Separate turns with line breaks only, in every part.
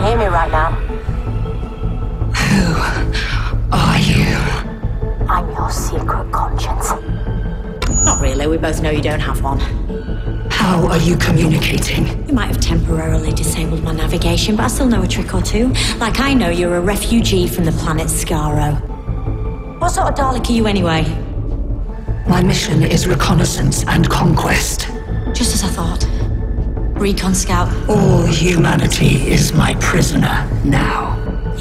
hear me right now?
Are you?
I'm your secret conscience.
Not really, we both know you don't have one.
How are you communicating?
You might have temporarily disabled my navigation, but I still know a trick or two. Like I know you're a refugee from the planet Skaro. What sort of Dalek are you anyway?
My mission is reconnaissance and conquest.
Just as I thought. Recon scout.
All humanity is my prisoner now.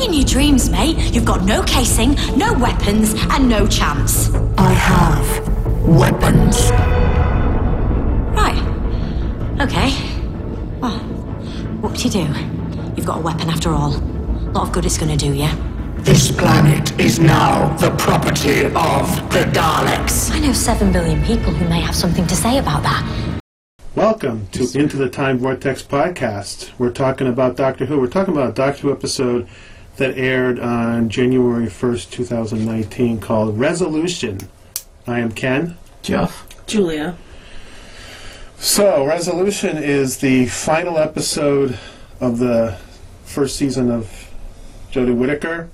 In your dreams, mate, you've got no casing, no weapons, and no chance.
I have weapons.
Right. Okay. Well, what do you do? You've got a weapon after all. A lot of good it's gonna do you.
This planet is now the property of the Daleks.
I know seven billion people who may have something to say about that.
Welcome to Into the Time Vortex podcast. We're talking about Doctor Who. We're talking about a Doctor Who episode that aired on January 1st, 2019 called Resolution. I am Ken.
Jeff.
Julia.
So, Resolution is the final episode of the first season of Jodie Whittaker,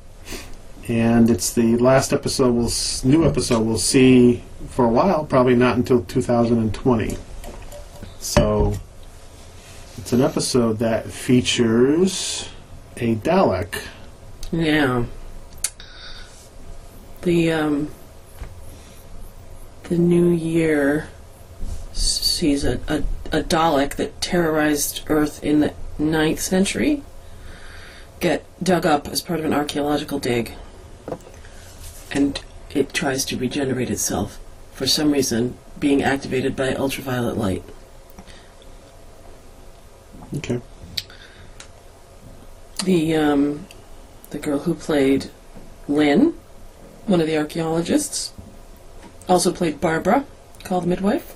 and it's the last episode we'll s- new episode we'll see for a while, probably not until 2020. So, it's an episode that features a Dalek.
Yeah. The um the new year sees a, a, a Dalek that terrorized Earth in the 9th century get dug up as part of an archaeological dig. And it tries to regenerate itself for some reason being activated by ultraviolet light.
Okay.
the um, the girl who played Lynn, one of the archaeologists, also played Barbara, called the midwife.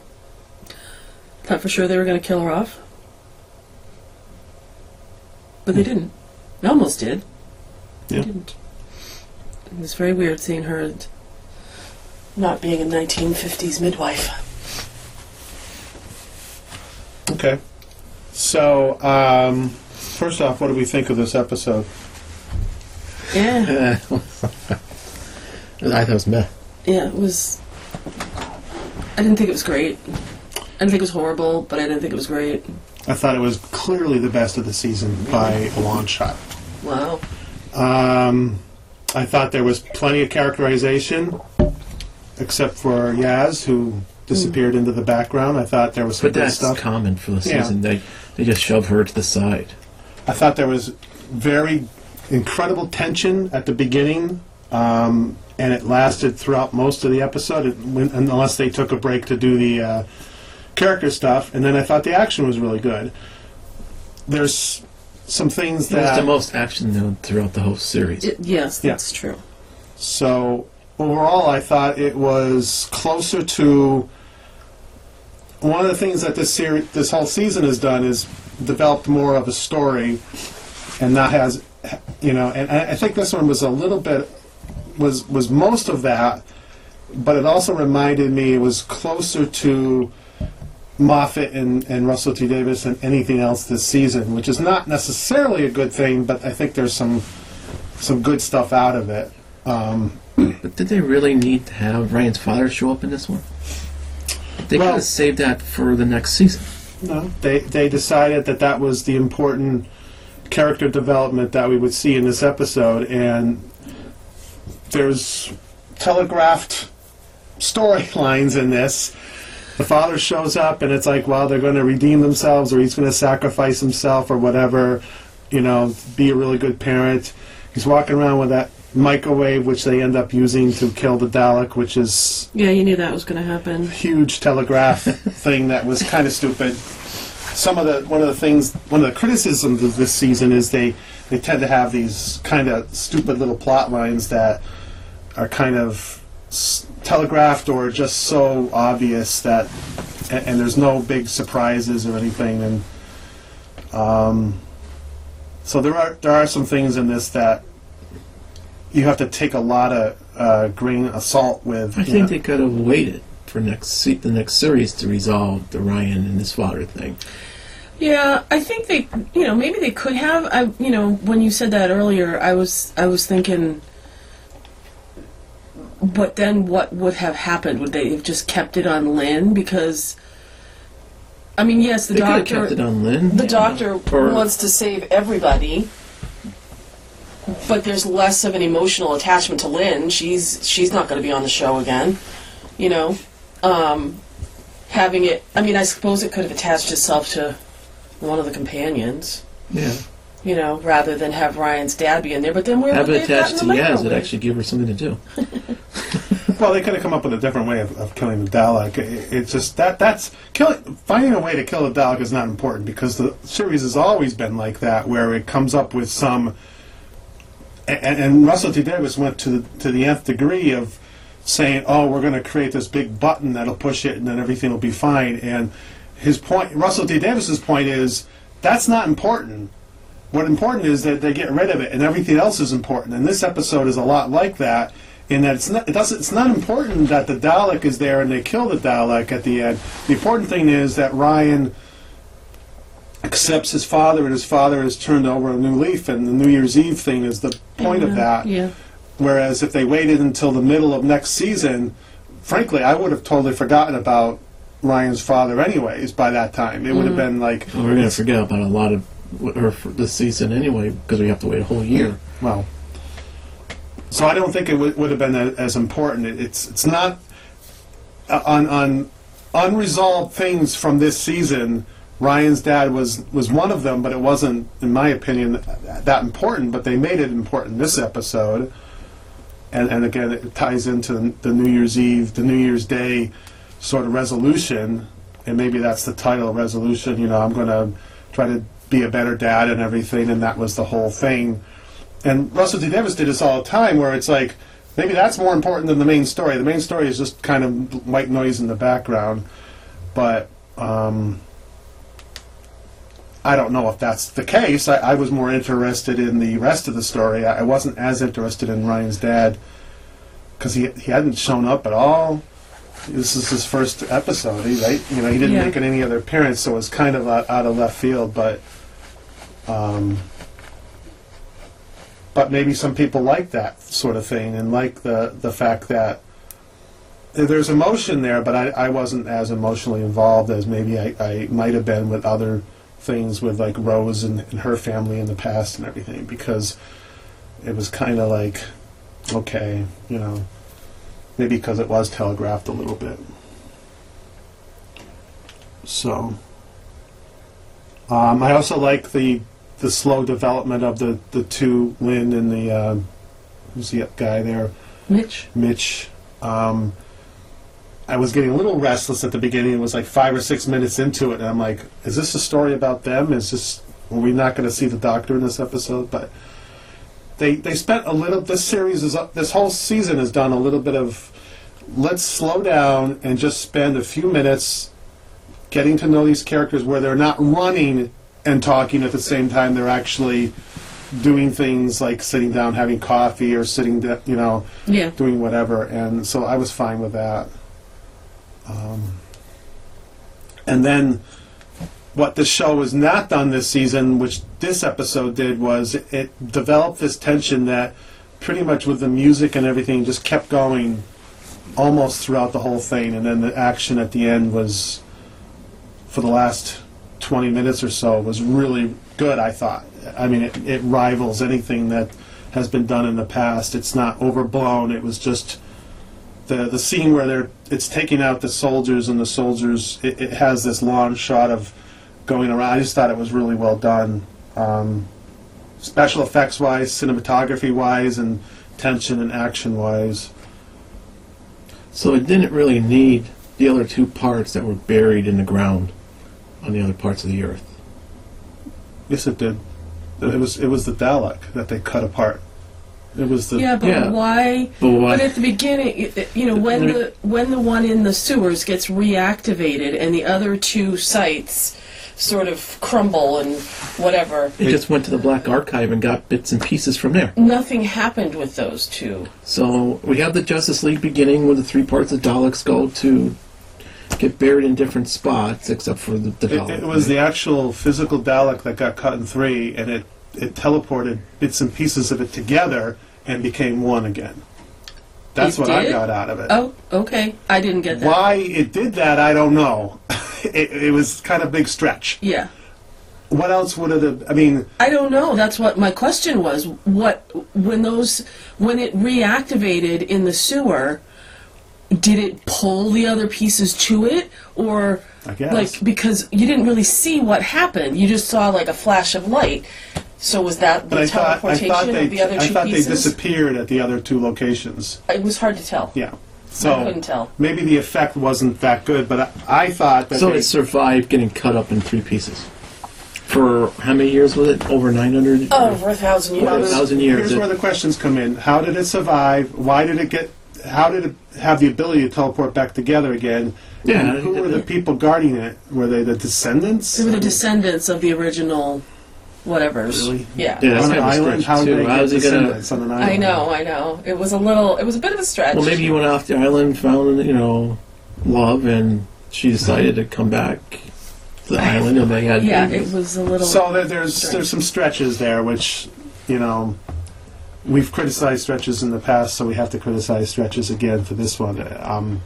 Thought for sure they were going to kill her off, but they didn't. They almost did.
Yeah.
They didn't. It was very weird seeing her and not being a 1950s midwife.
Okay. So, um, first off, what do we think of this episode?
Yeah,
I thought it was meh.
yeah, it was. I didn't think it was great. I didn't think it was horrible, but I didn't think it was great.
I thought it was clearly the best of the season by a long shot.
Wow.
Um, I thought there was plenty of characterization, except for Yaz, who disappeared into the background. I thought there was some
But
good
that's
stuff.
common for the
Yeah.
season. They they just shove her to the side.
I thought there was very incredible tension at the beginning, um, and it lasted throughout most of the episode, it went, unless they took a break to do the uh, character stuff. And then I thought the action was really good. There's some things
It was
that
the most action though throughout the whole series.
It- yes,
Yeah.
that's true.
So overall, I thought it was closer to one of the things that this series, this whole season has done is developed more of a story, and that has, you know, and I I think this one was a little bit was was most of that, but it also reminded me it was closer to. Moffat and, and Russell T Davis than anything else this season, which is not necessarily a good thing, but I think there's some some good stuff out of it. Um,
but did they really need to have Ryan's father show up in this one? They
Well-
could have saved that for the next season.
No, they they decided that that was the important character development that we would see in this episode, and there's telegraphed storylines in this. The father shows up, and it's like, well, they're going to redeem themselves, or he's going to sacrifice himself, or whatever. You know, be a really good parent. He's walking around with that microwave, which they end up using to kill the Dalek, which is
Yeah, you knew that was going to happen.
huge telegraph thing that was kind of stupid. Some of the one of the things one of the criticisms of this season is they they tend to have these kind of stupid little plot lines that are kind of s- telegraphed or just so obvious that and, and there's no big surprises or anything and um, so there are there are some things in this that you have to take a lot of uh, grain of salt with
I
you know.
think they could have waited for next se- the next series to resolve the Ryan and his father thing.
Yeah, I think they, you know, maybe they could have. I, you know, when you said that earlier, I was, I was thinking. But then, what would have happened? Would they have just kept it on Lynn? Because, I mean, yes, the
They could have
doctor,
kept it on Lynn.
The doctor
Or-
wants to save everybody, but there's less of an emotional attachment to Lynn. She's she's not going to be on the show again, you know. Um, having it, I mean, I suppose it could have attached itself to one of the companions,
Yeah.
you know, rather than have Ryan's dad be in there. But then where
Have
would
it
they have
attached to
gotten the
Yaz. It
microwave?
actually give her something to do.
Well, they could have come up with a different way of, of killing the Dalek. It, it's just that that's killing finding a way to kill the Dalek is not important because the series has always been like that, where it comes up with some. a- a- And, Russell T Davis went to the, to the nth degree of saying, "Oh, we're going to create this big button that'll push it, and then everything will be fine." And his point, Russell T Davis's point is, that's not important. What important is that they get rid of it, and everything else is important. And this episode is a lot like that, in that it's not it doesn't it's not important that the Dalek is there and they kill the Dalek at the end. The important thing is that Ryan accepts his father, and his father has turned over a new leaf, and the New Year's Eve thing is the point of that.
yeah.
Whereas if they waited until the middle of next season, frankly, I would have totally forgotten about Ryan's father, anyways. By that time, it would have been
Mm-hmm.
like,
Well, we're gonna forget about a lot of what- her for this season anyway because we have to wait a whole year.
Well, so I don't think it would would have been a, as important. It, it's it's not uh, on on unresolved things from this season. Ryan's dad was was one of them, but it wasn't, in my opinion, that important. But they made it important this episode, and and again, it ties into the, the New Year's Eve, the New Year's Day sort of resolution, and maybe that's the title resolution. You know, I'm going to try to be a better dad and everything, and that was the whole thing and Russell T Davis did this all the time, where it's like maybe that's more important than the main story. The main story is just kind of white noise in the background, but um, I don't know if that's the case. I, I was more interested in the rest of the story. I, I wasn't as interested in Ryan's dad because he he hadn't shown up at all. This is his first episode, he- right? You know, he didn't
Yeah.
make any other appearance, so it was kind of out, out of left field. But um, but maybe some people like that sort of thing and like the, the fact that there's emotion there, but I, I wasn't as emotionally involved as maybe I, I might have been with other things with like Rose and, and her family in the past and everything because it was kind of like, okay, you know, maybe because it was telegraphed a little bit. So, um, I also like the the slow development of the, the two Lynn and the uh, who's the guy there,
Mitch.
Mitch. Um, I was getting a little restless at the beginning. It was like five or six minutes into it, and I'm like, "Is this a story about them? Is this are we not going to see the Doctor in this episode?" But they they spent a little. This series is this whole season has done a little bit of let's slow down and just spend a few minutes getting to know these characters where they're not running and talking at the same time. They're actually doing things like sitting down, having coffee, or sitting, da- you know
Yeah.
doing whatever, and so I was fine with that. Um, and then what the show has not done this season, which this episode did, was it developed this tension that pretty much with the music and everything just kept going almost throughout the whole thing, and then the action at the end was for the last 20 minutes or so was really good, I thought. I mean, it, it rivals anything that has been done in the past. It's not overblown. It was just the the scene where they're it's taking out the soldiers and the soldiers. It, it has this long shot of going around. I just thought it was really well done, um, special effects wise, cinematography wise, and tension and action wise.
So it didn't really need the other two parts that were buried in the ground on the other parts of the earth.
Yes, it did. It was it was the Dalek that they cut apart. It was the
Yeah, but
Yeah.
why?
But why-
at the beginning, y- you know, when the when the one in the sewers gets reactivated and the other two sites sort of crumble and whatever,
It just went to the Black Archive and got bits and pieces from there.
nothing happened with those two.
So we have the Justice League beginning with the three parts of Daleks go to get buried in different spots except for the, the
It,
Dalek,
it was
right?
the actual physical Dalek that got cut in three, and it, it teleported bits and pieces of it together and became one again. That's
It
what I
did?
got out of it.
Oh, okay. I didn't get that.
Why it did that, I don't know. it, it was kind of big stretch.
Yeah.
What else would it have? I mean,
I don't know. That's what my question was. What when those when it reactivated in the sewer, did it pull the other pieces to it or
I guess.
like because you didn't really see what happened. You just saw like a flash of light. So was that the
but I thought I
teleportation
thought they
of the other
I
two
thought
pieces?
they disappeared at the other two locations.
it was hard to tell.
Yeah. So
couldn't tell.
maybe the effect wasn't that good, but I, I thought that
So
they-
it survived getting cut up in three pieces. For how many years was it? Over 900?
Oh,
Over a thousand years.
Well, there's- thousand years,
Here's
it-
where the questions come in. How did it survive? Why did it get? How did it have the ability to teleport back together again?
Yeah,
And who were the people guarding it? Were they the descendants?
They were the descendants of the original whatever's.
Really?
Yeah.
Yeah, that's
on an
kind of a
island?
stretch,
How did
too.
they
How
get
is he gonna...
descendants on an island?
I know, I know. It was a little. It was a bit of a stretch.
Well, maybe you went off the island, found, you know, love, and she decided to come back to the island, and they had...
Yeah,
babies.
it was a little
So there, there's there's some stretches there, which you know we've criticized stretches in the past, so we have to criticize stretches again for this one. Um,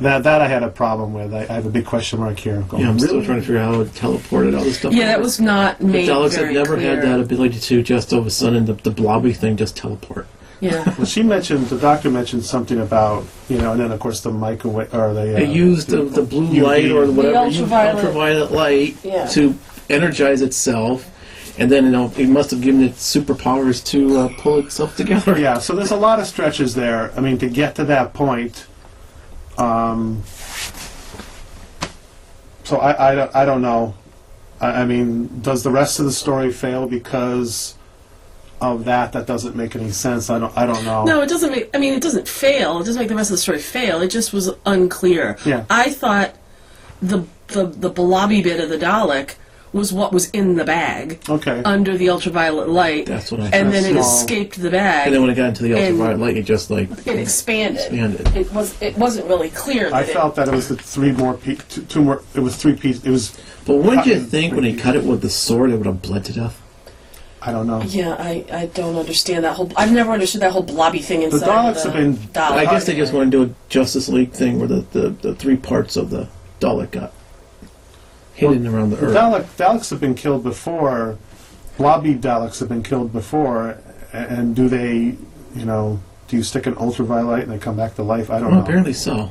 that that I had a problem with. I, I have a big question mark here. Going,
Yeah, I'm still
really?
trying to figure out how it teleported all this stuff.
Yeah, that was not
The
made
Daleks
very
have never
clear.
had that ability to just all of a sudden the, the blobby thing just teleport.
Yeah.
Well, she mentioned the doctor mentioned something about you know, and then of course the microwave or the uh,
It used the, the blue
UV.
light or whatever used
ultraviolet.
ultraviolet light
Yeah.
to energize itself, and then you know it must have given it superpowers to uh, pull itself together.
Yeah, so there's a lot of stretches there. I mean, to get to that point. Um, so I, I, don't- I don't know. I, I mean, does the rest of the story fail because of that? That doesn't make any sense. I don't I don't know.
No, it doesn't make. I mean, it doesn't fail. It doesn't make the rest of the story fail. It just was unclear.
Yeah.
I thought the the the blobby bit of the Dalek was what was in the bag
Okay.
under the ultraviolet light.
That's what I
And
thought.
then it
Small.
escaped the bag.
And then when it got into the
And-
ultraviolet light, it just like
it expanded.
expanded.
It was. It wasn't really clear. That
I
it-
felt that it was the three more pe- two, two more. It was three pieces. It was
But wouldn't you
Cotton.
think when he cut it with the sword, it would have bled to death?
I don't know.
Yeah, I, I don't understand that whole. I've never understood that whole blobby thing inside.
Daleks
the
have been-
Dalek.
I guess they just want to do a Justice League thing where the, the, the three parts of the Dalek got hidden around the
The
earth.
Dalek, Daleks have been killed before. Blobby Daleks have been killed before. a- And do they, you know, do you stick an ultraviolet and they come back to life? I don't
Well,
know.
apparently so.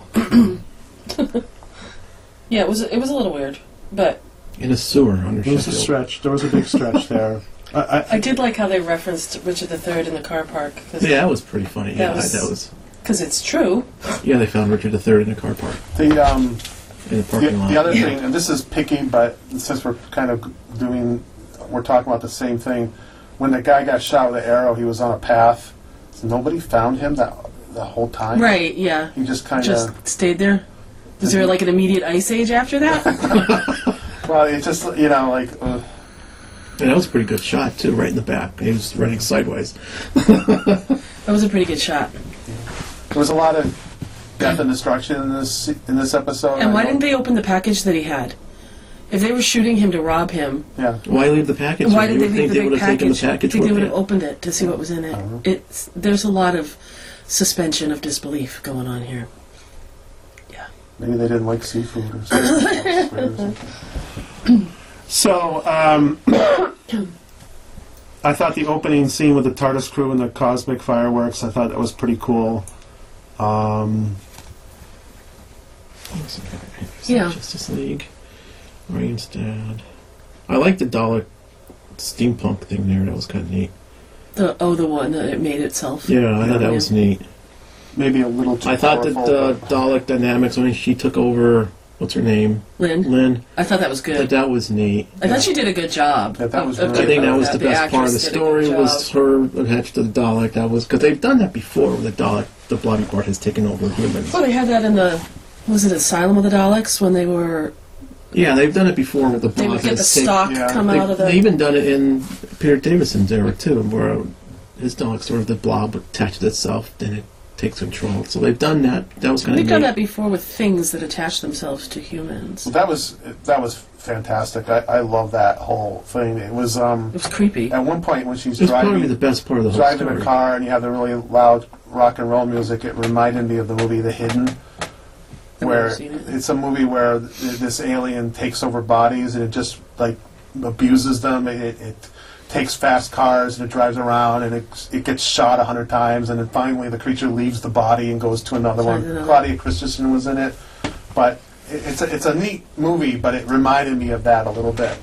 Yeah, it was. It was a little weird, but
In a sewer under
There was a
Sheffield.
stretch. There was a big stretch there. I, I,
I did like how they referenced Richard III in the car park because
Yeah, that was pretty funny.
That
yeah,
was-
that was.
it's true.
Yeah, they found Richard III in a car park
the, um,
in
the,
the parking lot.
the other thing, and this is picky, but since we're kind of doing, we're talking about the same thing. When the guy got shot with an arrow, he was on a path. nobody found him that the whole time.
right. Yeah.
He just kind
Just
of.
stayed there. Was there like an immediate ice age after that?
Well, it just you know like. Uh,
And that was a pretty good shot too, right in the back. He was running sideways.
that was a pretty good shot.
There was a lot of death and destruction in this in this episode.
And why
I
didn't they open the package that he had? If they were shooting him to rob him,
Yeah,
Why leave the package?
Why
You
did they
would
leave the
think they
big
would have taken the
package? I
package
think they
with
would have
them. Uh-huh.
opened it to see what was in it. It's there's a lot of suspension of disbelief going on here.
maybe they didn't like seafood or something. so, um, I thought the opening scene with the TARDIS crew and the cosmic fireworks. I thought that was pretty cool. Um,
Yeah.
Justice League, Reinstad. I like the Dalek steampunk thing there. That was kind of neat.
The oh, the one that it made itself.
Yeah, I thought that was neat.
maybe a little too.
I thought that
powerful,
the
but-
Dalek dynamics when she took over. What's her name?
Lynn,
Lynn.
I thought that was
That
good.
that was neat.
I thought she did a good job.
Yeah, that
of-
was
of
really
I
doing
think that
Yeah,
was the best part of the
actress did a good
story was
job.
her attached to the Dalek. That was because they've done that before. Where the Dalek, the bloody part, has taken over humans.
Well, they had that in the was it Asylum of the Daleks when they were
Yeah, they've done it before with the
Oh, they would
Dalek.
get the
has taken-
stock
yeah.
come
They,
out of the
they even done it in Peter Davison's era too, where his Dalek sort of the blob attached itself and it takes control. So they've done that. That was kind of
We've done
neat.
that before with things that attach themselves to humans. It
That was that was fantastic. I, I love that whole thing. It was um,
was creepy.
at one point when she's
It's probably
driving
the best part of the whole
driving
story.
a car and you have the really loud rock and roll music, it reminded me of the movie The Hidden, where
seen it.
it's a movie where th- this alien takes over bodies and it just like abuses them. It, it, it takes fast cars and it drives around and it, it gets shot a hundred times and then finally the creature leaves the body and goes to another
Finds
one.
another.
Claudia Christensen was in it, but it, it's a, it's a neat movie, but it reminded me of that a little bit.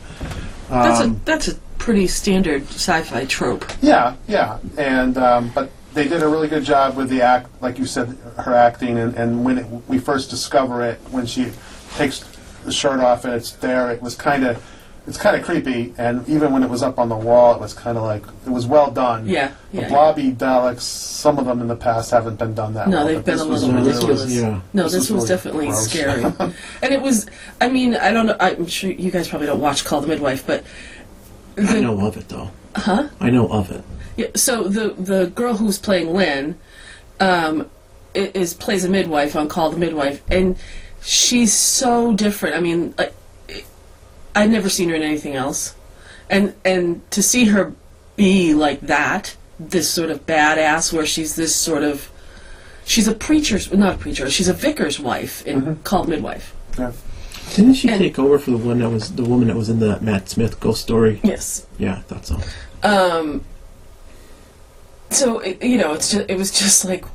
That's a
Um,
that's a pretty standard sci-fi trope.
Yeah, yeah, and um, but they did a really good job with the act, like you said, her acting, and, and when it, we first discover it, when she takes the shirt off and it's there, it was kind of, it's kind of creepy, and even when it was up on the wall, it was kind of like it was well done.
Yeah,
The
yeah.
blobby Daleks, some of them in the past haven't been done that
No,
well.
they've
but
been
this
a
was
little
No, this was-
ridiculous.
yeah.
No,
This was
this, was,
really
definitely
gross.
scary. and it was, I mean, I don't know, I'm sure you guys probably don't watch Call the Midwife, but
I know of it though. Huh? I know of it.
yeah, so the the girl who's playing Lynn um, i- is plays a midwife on Call the Midwife, and she's so different. I mean, I, I've never seen her in anything else, and and to see her be like that, this sort of badass, where she's this sort of She's a preacher's, not a preacher. She's a vicar's wife in Call the Midwife.
Yeah.
Didn't she
And-
take over for the one that was the woman that was in that Matt Smith ghost story?
Yes,
Yeah, I thought so.
Um, so it, you know, it's just, it was just like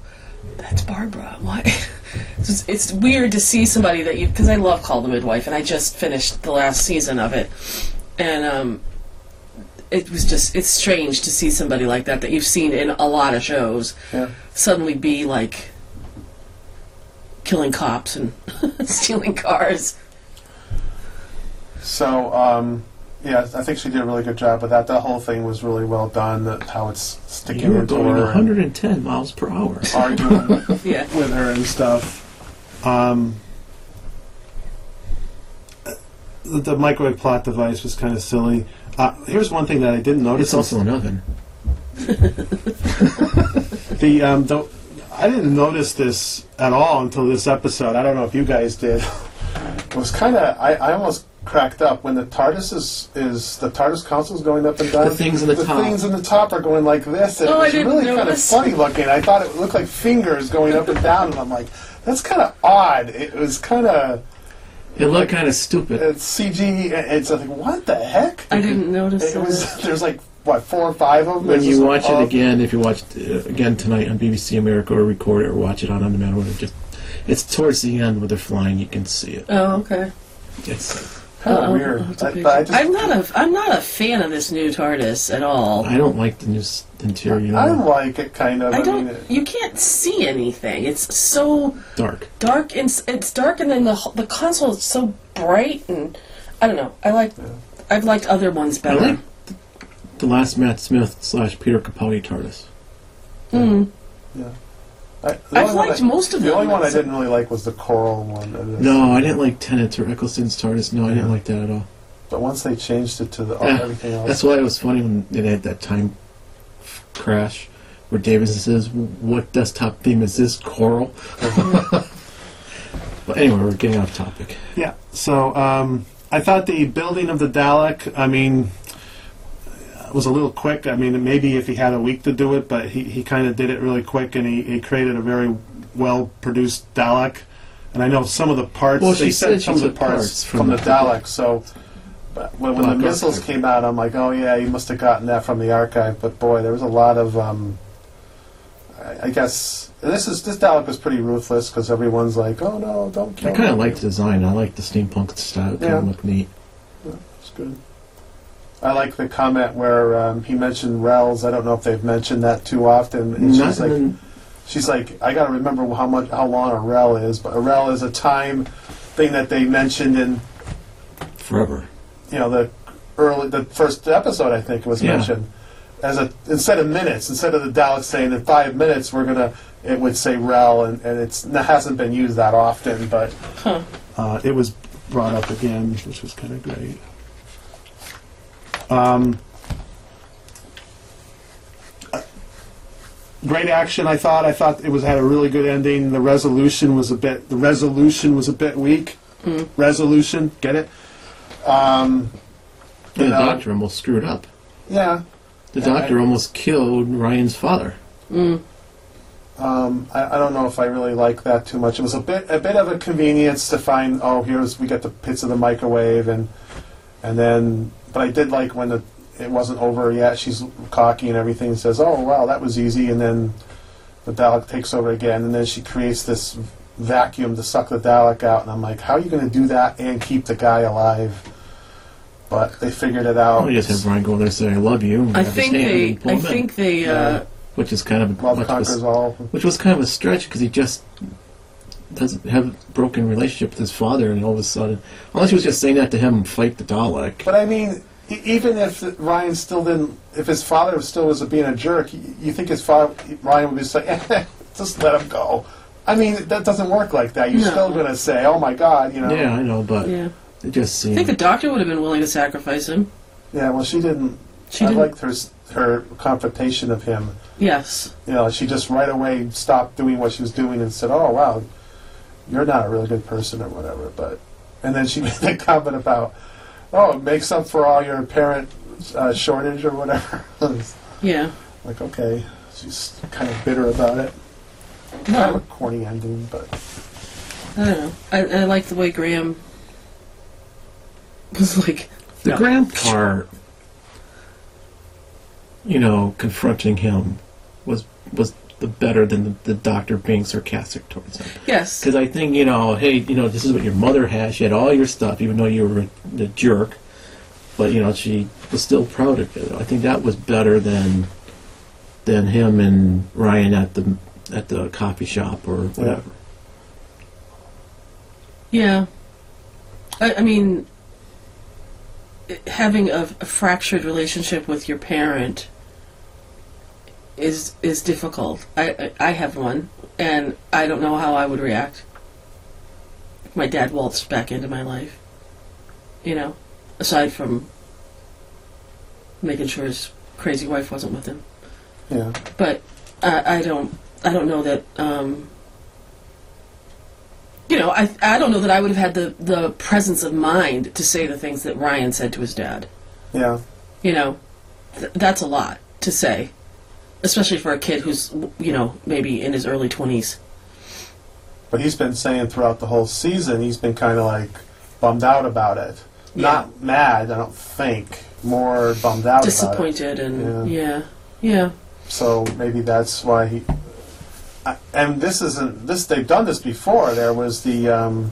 that's Barbara. Why? it's, just- it's weird to see somebody that you because I love Call the Midwife, and I just finished the last season of it, and um, it was just it's strange to see somebody like that that you've seen in a lot of shows
Yeah.
suddenly be like killing cops and stealing cars.
So, um, yeah, I think she did a really good job with that. That whole thing was really well done. that- How it's sticking
You were
into
going
her and
110 miles per hour.
arguing.
Yeah.
with her and stuff. Um, the, the microwave plot device was kind of silly. Uh, here's one thing that I didn't notice.
It's also an oven.
the, um, the I didn't notice this at all until this episode. I don't know if you guys did. It was kind of I, I almost cracked up when the TARDIS is is the TARDIS console's going up and down.
The things in the top.
things in the top are going like this. And
Oh,
it
I
was
didn't
really kind of
notice.
funny looking. I thought it looked like fingers going up and down, and I'm like, that's kind of odd. It was kind of.
It looked kind of stupid.
it's CG. It's like what the heck?
I didn't notice
It
that.
was there's like what four or five of them.
When
It's
you
just oh,
watch
all-
it again, if you watch it uh, again tonight on BBC America or record it or watch it on On Demand, or whatever, just it's towards the end where they're flying, you can see it.
Oh, okay.
It's,
kind of
Uh-oh,
weird.
I'll have to
I,
pay
but I just
attention. I'm not a I'm not a fan of this new TARDIS at all.
I don't like the new s- interior.
I like it kind of. I,
I
mean,
don't.
it,
You can't see anything. It's so
dark.
dark. And s- it's dark, and then the h- the console is so bright, and I don't know. I like. I've liked other ones
I
better.
like th- the last Matt Smith slash Peter Capaldi TARDIS.
Mm.
I, the
I've
only one
liked
I-
most of
The
them.
only one I didn't really like was the coral one. It is-
No, I didn't like Tennant or Eccleston's TARDIS. No, I didn't like that at all.
But once they changed it to the oh,
Yeah,
everything else,
That's why it was funny when they had that time crash where Davis says, "What desktop theme is this? Coral." but anyway, we're getting off topic.
Yeah. So um, I thought the building of the Dalek. I mean, was a little quick. I mean, maybe if he had a week to do it, but he, he kind of did it really quick, and he, he created a very well produced Dalek. And I know some of the parts.
Well,
they
she
said
said
some of
she
the
took
parts
parts
from,
from
the
the- Oh,
Dalek. So. But when, when the
Black
missiles
Archive.
came out, I'm like, oh yeah, you must have gotten that from the archive. But boy, there was a lot of, um, I, I guess and this is this Dalek was pretty ruthless because everyone's like, oh no, don't kill.
I kind of
him."
like the design. I like the steampunk style. It kind
Yeah.
of looked neat.
It's good. I like the comment where um, he mentioned Rels. I don't know if they've mentioned that too often. And she's
Nothing
like,
in-
she's like, I got to remember how much how long a Rel is, but a Rel is a time thing that they mentioned in
forever.
you know the early the first episode. I think it was
Yeah.
mentioned as a instead of minutes, instead of the Daleks saying in five minutes we're gonna, it would say Rel, and, and it's it hasn't been used that often, but uh, it was brought up again, which was kind of great. Um, uh, great action. I thought. I thought it was had a really good ending. The resolution was a bit. The resolution was a bit weak. Resolution, get it?
The
You know.
doctor almost screwed up.
Yeah.
The
Yeah, I-
doctor almost killed Ryan's father.
Um, I, I don't know if I really like that too much. It was a bit a bit of a convenience to find. Oh, here's we got the pits of the microwave, and and then. But I did like when the it wasn't over yet. She's cocky and everything. And says, "Oh wow, that was easy," and then the Dalek takes over again, and then she creates this vacuum to suck the Dalek out. And I'm like, "How are you going to do that and keep the guy alive?" But they figured it out.
Oh, you just have Ryan go in there and say, I love you. and
I
grab his
think
hand
they.
and pull
I
him in,
think they. Uh,
Which is kind of
Love
much of a
conquers all.
which was kind of a stretch because he just doesn't have a broken relationship with his father, and all of a sudden, unless he was just saying that to him, fight the Dalek.
But I mean, e- even if Ryan still didn't, if his father still was being a jerk, y- you think his father Ryan would be just like, "Eh, just let him go. I mean, that doesn't work like that. You're
No.
still gonna say, "Oh my God," you know.
yeah, I know, but
yeah.
it just
I
seemed.
think the doctor would have been willing to sacrifice him.
Yeah, Well, she didn't.
She
I
didn't.
liked her s- her confrontation of him.
yes.
You know, she just right away stopped doing what she was doing and said, "Oh wow, you're not a really good person or whatever." But and then she made that comment about, "Oh, it makes up for all your apparent uh, shortage or whatever."
Yeah.
Like, okay, she's kind of bitter about it. Kind of a corny ending, but
I don't know. I, I like the way Graham was like.
The
No.
grandpa, you know, confronting him was was the better than the, the doctor being sarcastic towards him.
Yes.
Because I think you know, hey, you know, this is what your mother had. She had all your stuff, even though you were a, a jerk. But you know, she was still proud of you. I think that was better than than him and Ryan at the at the coffee shop or whatever.
Yeah. I, I mean, it- having a, a fractured relationship with your parent is is difficult. I, I I have one, and I don't know how I would react. If my dad waltzed back into my life. You know, aside from making sure his crazy wife wasn't with him
yeah.
but I, I don't I don't know that um, you know I I don't know that I would have had the the presence of mind to say the things that Ryan said to his dad.
Yeah.
You know, th- that's a lot to say, especially for a kid who's you know maybe in his early twenties.
But he's been saying throughout the whole season, he's been kind of like bummed out about it. Not mad, I don't think. More bummed out about
Disappointed and yeah. yeah,
it. So maybe that's why he. I, and this isn't this. They've done this before. There was the um,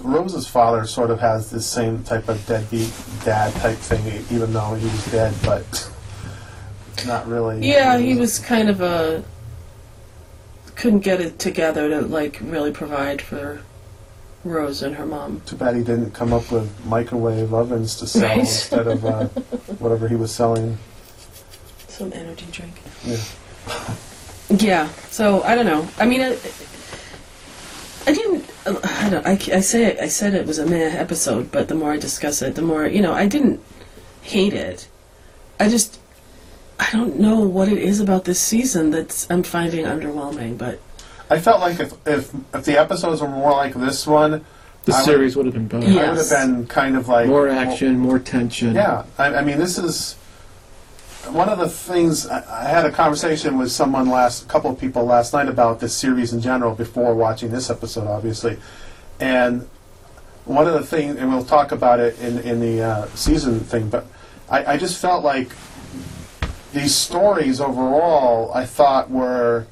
Rose's father sort of has this same type of deadbeat dad type thing, even though he was dead, but not really.
yeah. He was kind of a couldn't get it together to like really provide for Rose and her mom.
Too bad he didn't come up with microwave ovens to sell
Right.
instead of uh, whatever he was selling.
Some energy drink.
Yeah.
Yeah. So I don't know. I mean, I, I didn't. I don't. I, ca- I say it, I said it was a meh episode, but the more I discuss it, the more you know. I didn't hate it. I just I don't know what it is about this season that's I'm finding underwhelming. But
I felt like if, if if the episodes were more like this one,
The
I would-
series would have been better.
I would have
Yes.
been kind of like
More action, more tension.
Yeah, I, I mean, this is one of the things. I, I had a conversation with someone last, a couple of people last night about this series in general before watching this episode, obviously. And one of the things, and we'll talk about it in in the uh, season thing, but I, I just felt like these stories overall, I thought were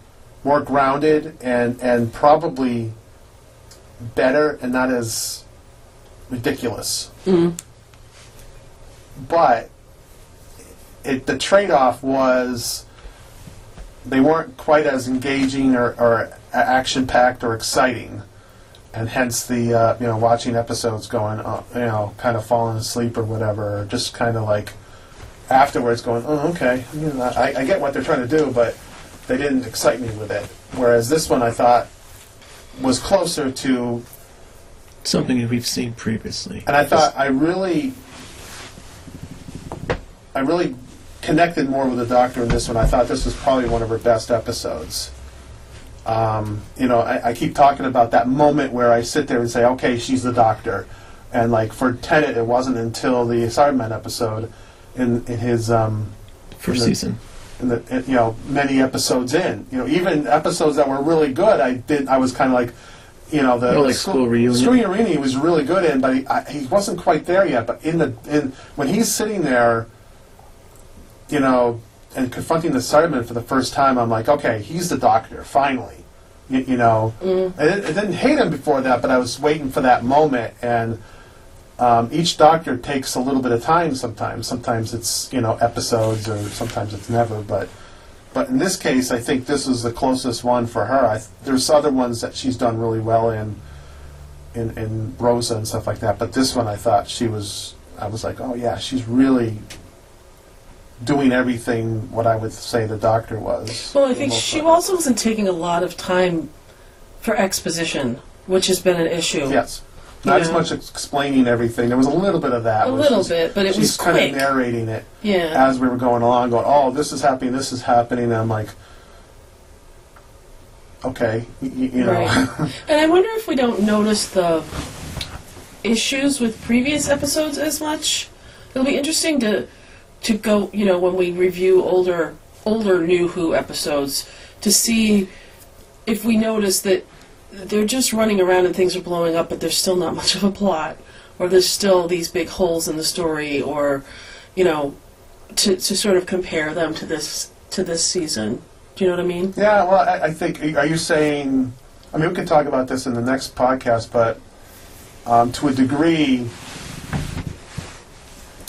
more grounded and and probably better and not as ridiculous but it, the trade-off was they weren't quite as engaging or, or a- action-packed or exciting, and hence the uh, you know watching episodes going uh, you know kind of falling asleep or whatever, or just kind of like afterwards going oh okay you know, I, I get what they're trying to do, but they didn't excite me with it. Whereas this one I thought was closer to
Something that we've seen previously.
and I thought I really, I really connected more with the Doctor in this one. I thought this was probably one of her best episodes. Um, you know, I, I keep talking about that moment where I sit there and say, okay, she's the Doctor. And like for Tennant, it wasn't until the Cybermen episode in, in his um,
First
Mhm.
season.
in the in, you know many episodes in you know even episodes that were really good i did i was kind of like you know the
Oh, like school reunion.
school reunion he was really good in but he, I, he wasn't quite there yet but in the in when he's sitting there you know and confronting the Cyberman for the first time i'm like okay he's the doctor finally you, you know I, didn't, I didn't hate him before that but i was waiting for that moment and um, each doctor takes a little bit of time sometimes. Sometimes it's you know episodes, or sometimes it's never. But but in this case, I think this is the closest one for her. I, th- there's other ones that she's done really well in, in in Rosa and stuff like that. But this one, I thought she was. I was like, oh yeah, she's really doing everything what I would say the doctor was.
Well, I think she
was.
also wasn't taking a lot of time for exposition, which has been an issue.
Yes. Not as
Yeah.
much ex- explaining everything. There was a little bit of that.
A
where
little
she's-
bit, but it
she's
was
kind
quick.
of narrating it.
Yeah.
as we were going along, going, "Oh, this is happening, this is happening," and I'm like, "Okay, y- y- you know."
Right. and I wonder if we don't notice the issues with previous episodes as much. It'll be interesting to to go, you know, when we review older older New Who episodes to see if we notice that they're just running around and things are blowing up, but there's still not much of a plot, or there's still these big holes in the story, or you know, to to sort of compare them to this to this season. Do you know what I mean?
yeah, well, I, I think. Are you saying? I mean, we can talk about this in the next podcast, but um, to a degree,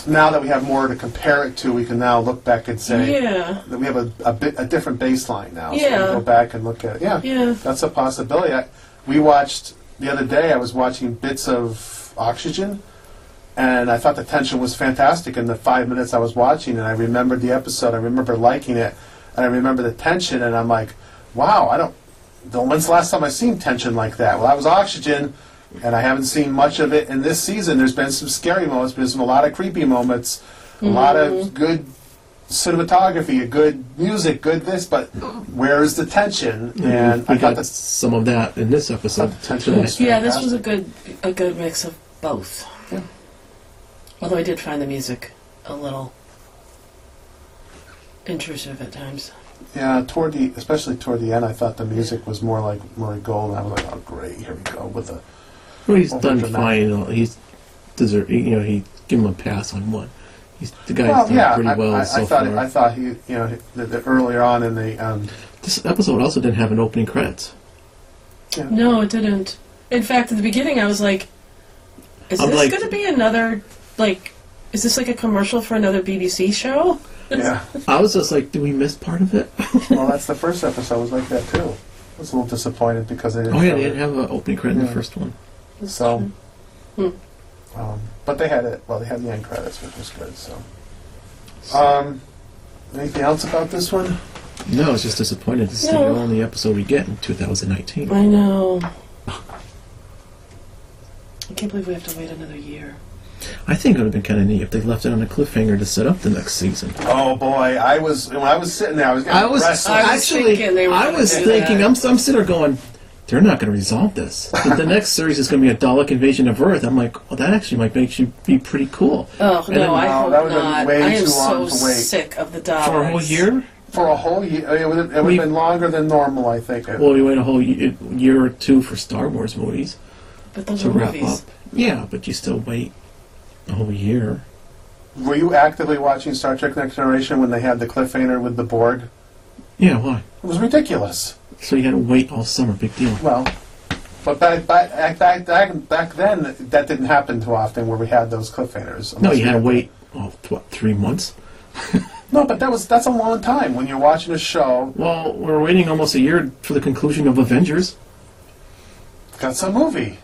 now that we have more to compare it to, we can now look back and say
Yeah.
that we have a a, bit, a different baseline now. So we
Yeah.
can go back and look at it. Yeah.
Yeah.
That's a possibility. I, we watched the other day. I was watching bits of Oxygen, and I thought the tension was fantastic in the five minutes I was watching. And I remembered the episode. I remember liking it, and I remember the tension. And I'm like, wow, I don't. The when's the last time I seen tension like that? Well, I was Oxygen, and I haven't seen much of it in this season. There's been some scary moments, but there's been a lot of creepy moments, a lot of good cinematography, a good music, good this, but where is the tension? And
Mm-hmm. we
I thought
got
that's
some of that in this episode
Potential.
today.
Yeah, this was a good a good mix of both. Although I did find the music a little intrusive at times.
yeah toward the especially toward the end. I thought the music was more like Murray Gold, and I was like, oh great, here we go with the
Well, he's
Well,
done
that's
fine. He's deserve. You know, he give him a pass on one. He's the guy's
well,
done
yeah.
pretty
I,
well
I, I
so
thought
far.
I thought he you know the, the earlier on in the um,
this episode also didn't have an opening credits.
No, it didn't. In fact, at the beginning, I was like, "Is
I'm
this
like-
going to be another like? Is this like a commercial for another BBC show?"
yeah.
I was just like, did we miss part of it? Oh,
well, that's the first episode was like that too. I was a little disappointed because they didn't.
oh yeah,
show
they
it.
didn't have an opening credit in the
Yeah.
first one.
So,
Hmm.
um, but they had it. Well, they had the end credits, which was good. So, um, anything else about this one?
No, I was just disappointed. This is the
No.
only episode we get in 2019.
I know. I can't believe we have to wait another year.
I think it would have been kind of neat if they left it on a cliffhanger to set up the next season.
Oh boy, I was when I was sitting there, I was.
I was
I was
actually,
thinking they were
I
gonna
was
do
thinking,
that.
I'm, I'm sitting there going, they're not going to resolve this. The, the next series is going to be a Dalek invasion of Earth. I'm like, well, that actually might make you be pretty cool.
Oh
And then-
no, I
Wow,
hope
that would've been
not.
way
I am
too long
so
to wait.
sick of the dollars.
for a whole year.
for a whole year. It would have it
We-
would've been longer than normal, I think.
Well, we wait a whole ye- year or two for Star Wars movies
But those
to
are
wrap
movies.
up. Yeah, but you still wait a whole year.
Were you actively watching Star Trek: Next Generation when they had the cliffhanger with the Borg?
Yeah, why?
It was ridiculous.
So you had to wait all summer. Big deal.
Well, but back back back back, back then, that didn't happen too often where we had those cliffhangers.
No, you had to wait. Oh, th- what? Three months?
No, but that was that's a long time when you're watching a show.
Well, we're waiting almost a year for the conclusion of Avengers.
That's a movie.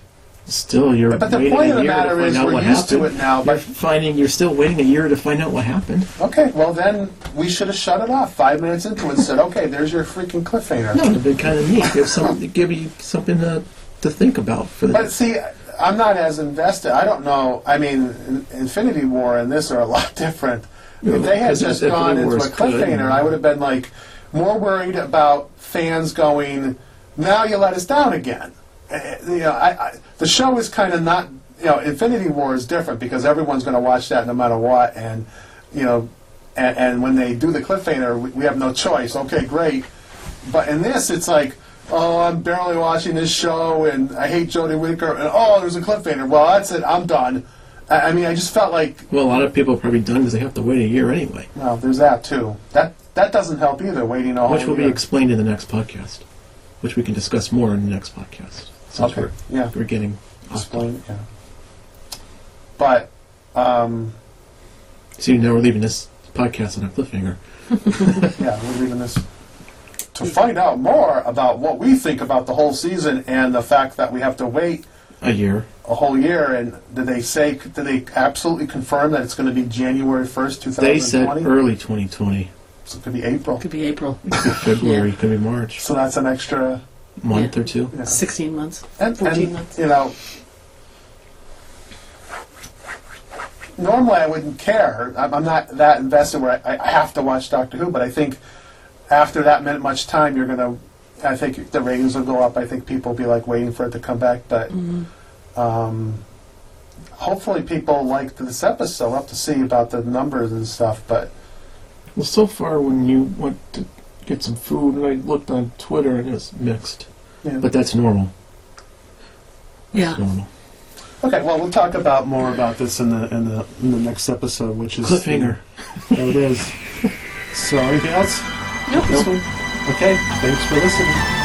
Still, you're
But the
waiting
point
a
of the
year to
matter
find
is
out
we're
what
used to
happened.
it now,
You're
but-
finding you're still waiting a year to find out what happened.
Okay, well then we should have shut it off five minutes into it and said, "Okay, there's your freaking cliffhanger."
No, it'd be kind of neat. Give some, give you something to, to think about for the.
But see, I'm not as invested. I don't know. I mean, In- Infinity War and this are a lot different. If they had
Because
just
if it
gone into
was
a cliffhanger,
good-
I would have been like more worried about fans going, "Now you let us down again." Eh, You know, I, I, the show is kind of not. You know, Infinity War is different because everyone's going to watch that no matter what, and you know, and, and when they do the cliffhanger, we, we have no choice. Okay, great, but in this, it's like. Oh, I'm barely watching this show, and I hate Jodie Whittaker. And oh, there's a cliffhanger. Well, that's it. I'm done. I, I mean, I just felt like
Well, a lot of people are probably done because they have to wait a year anyway,
well, there's that too. That that doesn't help either. Waiting all
which will be
year.
explained in the next podcast, which we can discuss more in the next podcast. Since
Okay,
we're,
yeah.
we're getting off.
explained. Yeah. But um,
See, now we're leaving this podcast on a cliffhanger.
yeah, we're leaving this to find out more about what we think about the whole season and the fact that we have to wait
A year.
a whole year. And did they say? Did they absolutely confirm that it's going to be January first, two thousand
They said
twenty?
early 2020,
So it could be April.
Could be April.
February, could be March,
So that's an extra.
month or two.
Yeah.
16 months.
And,
14
and
months.
you know, normally I wouldn't care. I'm, I'm not that invested where I, I have to watch Doctor Who, but I think after that min- much time, you're gonna. I think the ratings will go up. I think people will be like waiting for it to come back, but um, hopefully people liked this episode. We'll have to see about the numbers and stuff, but
Well, so far, when you went to get some food, and I looked on Twitter, and it was mixed.
you know.
But that's normal.
Yeah.
Normal.
okay. Well, we'll talk about more about this in the in the, in the next episode, which is
Cliffhanger.
There it is. So, anything else?
Nope.
This one? Okay, thanks for listening.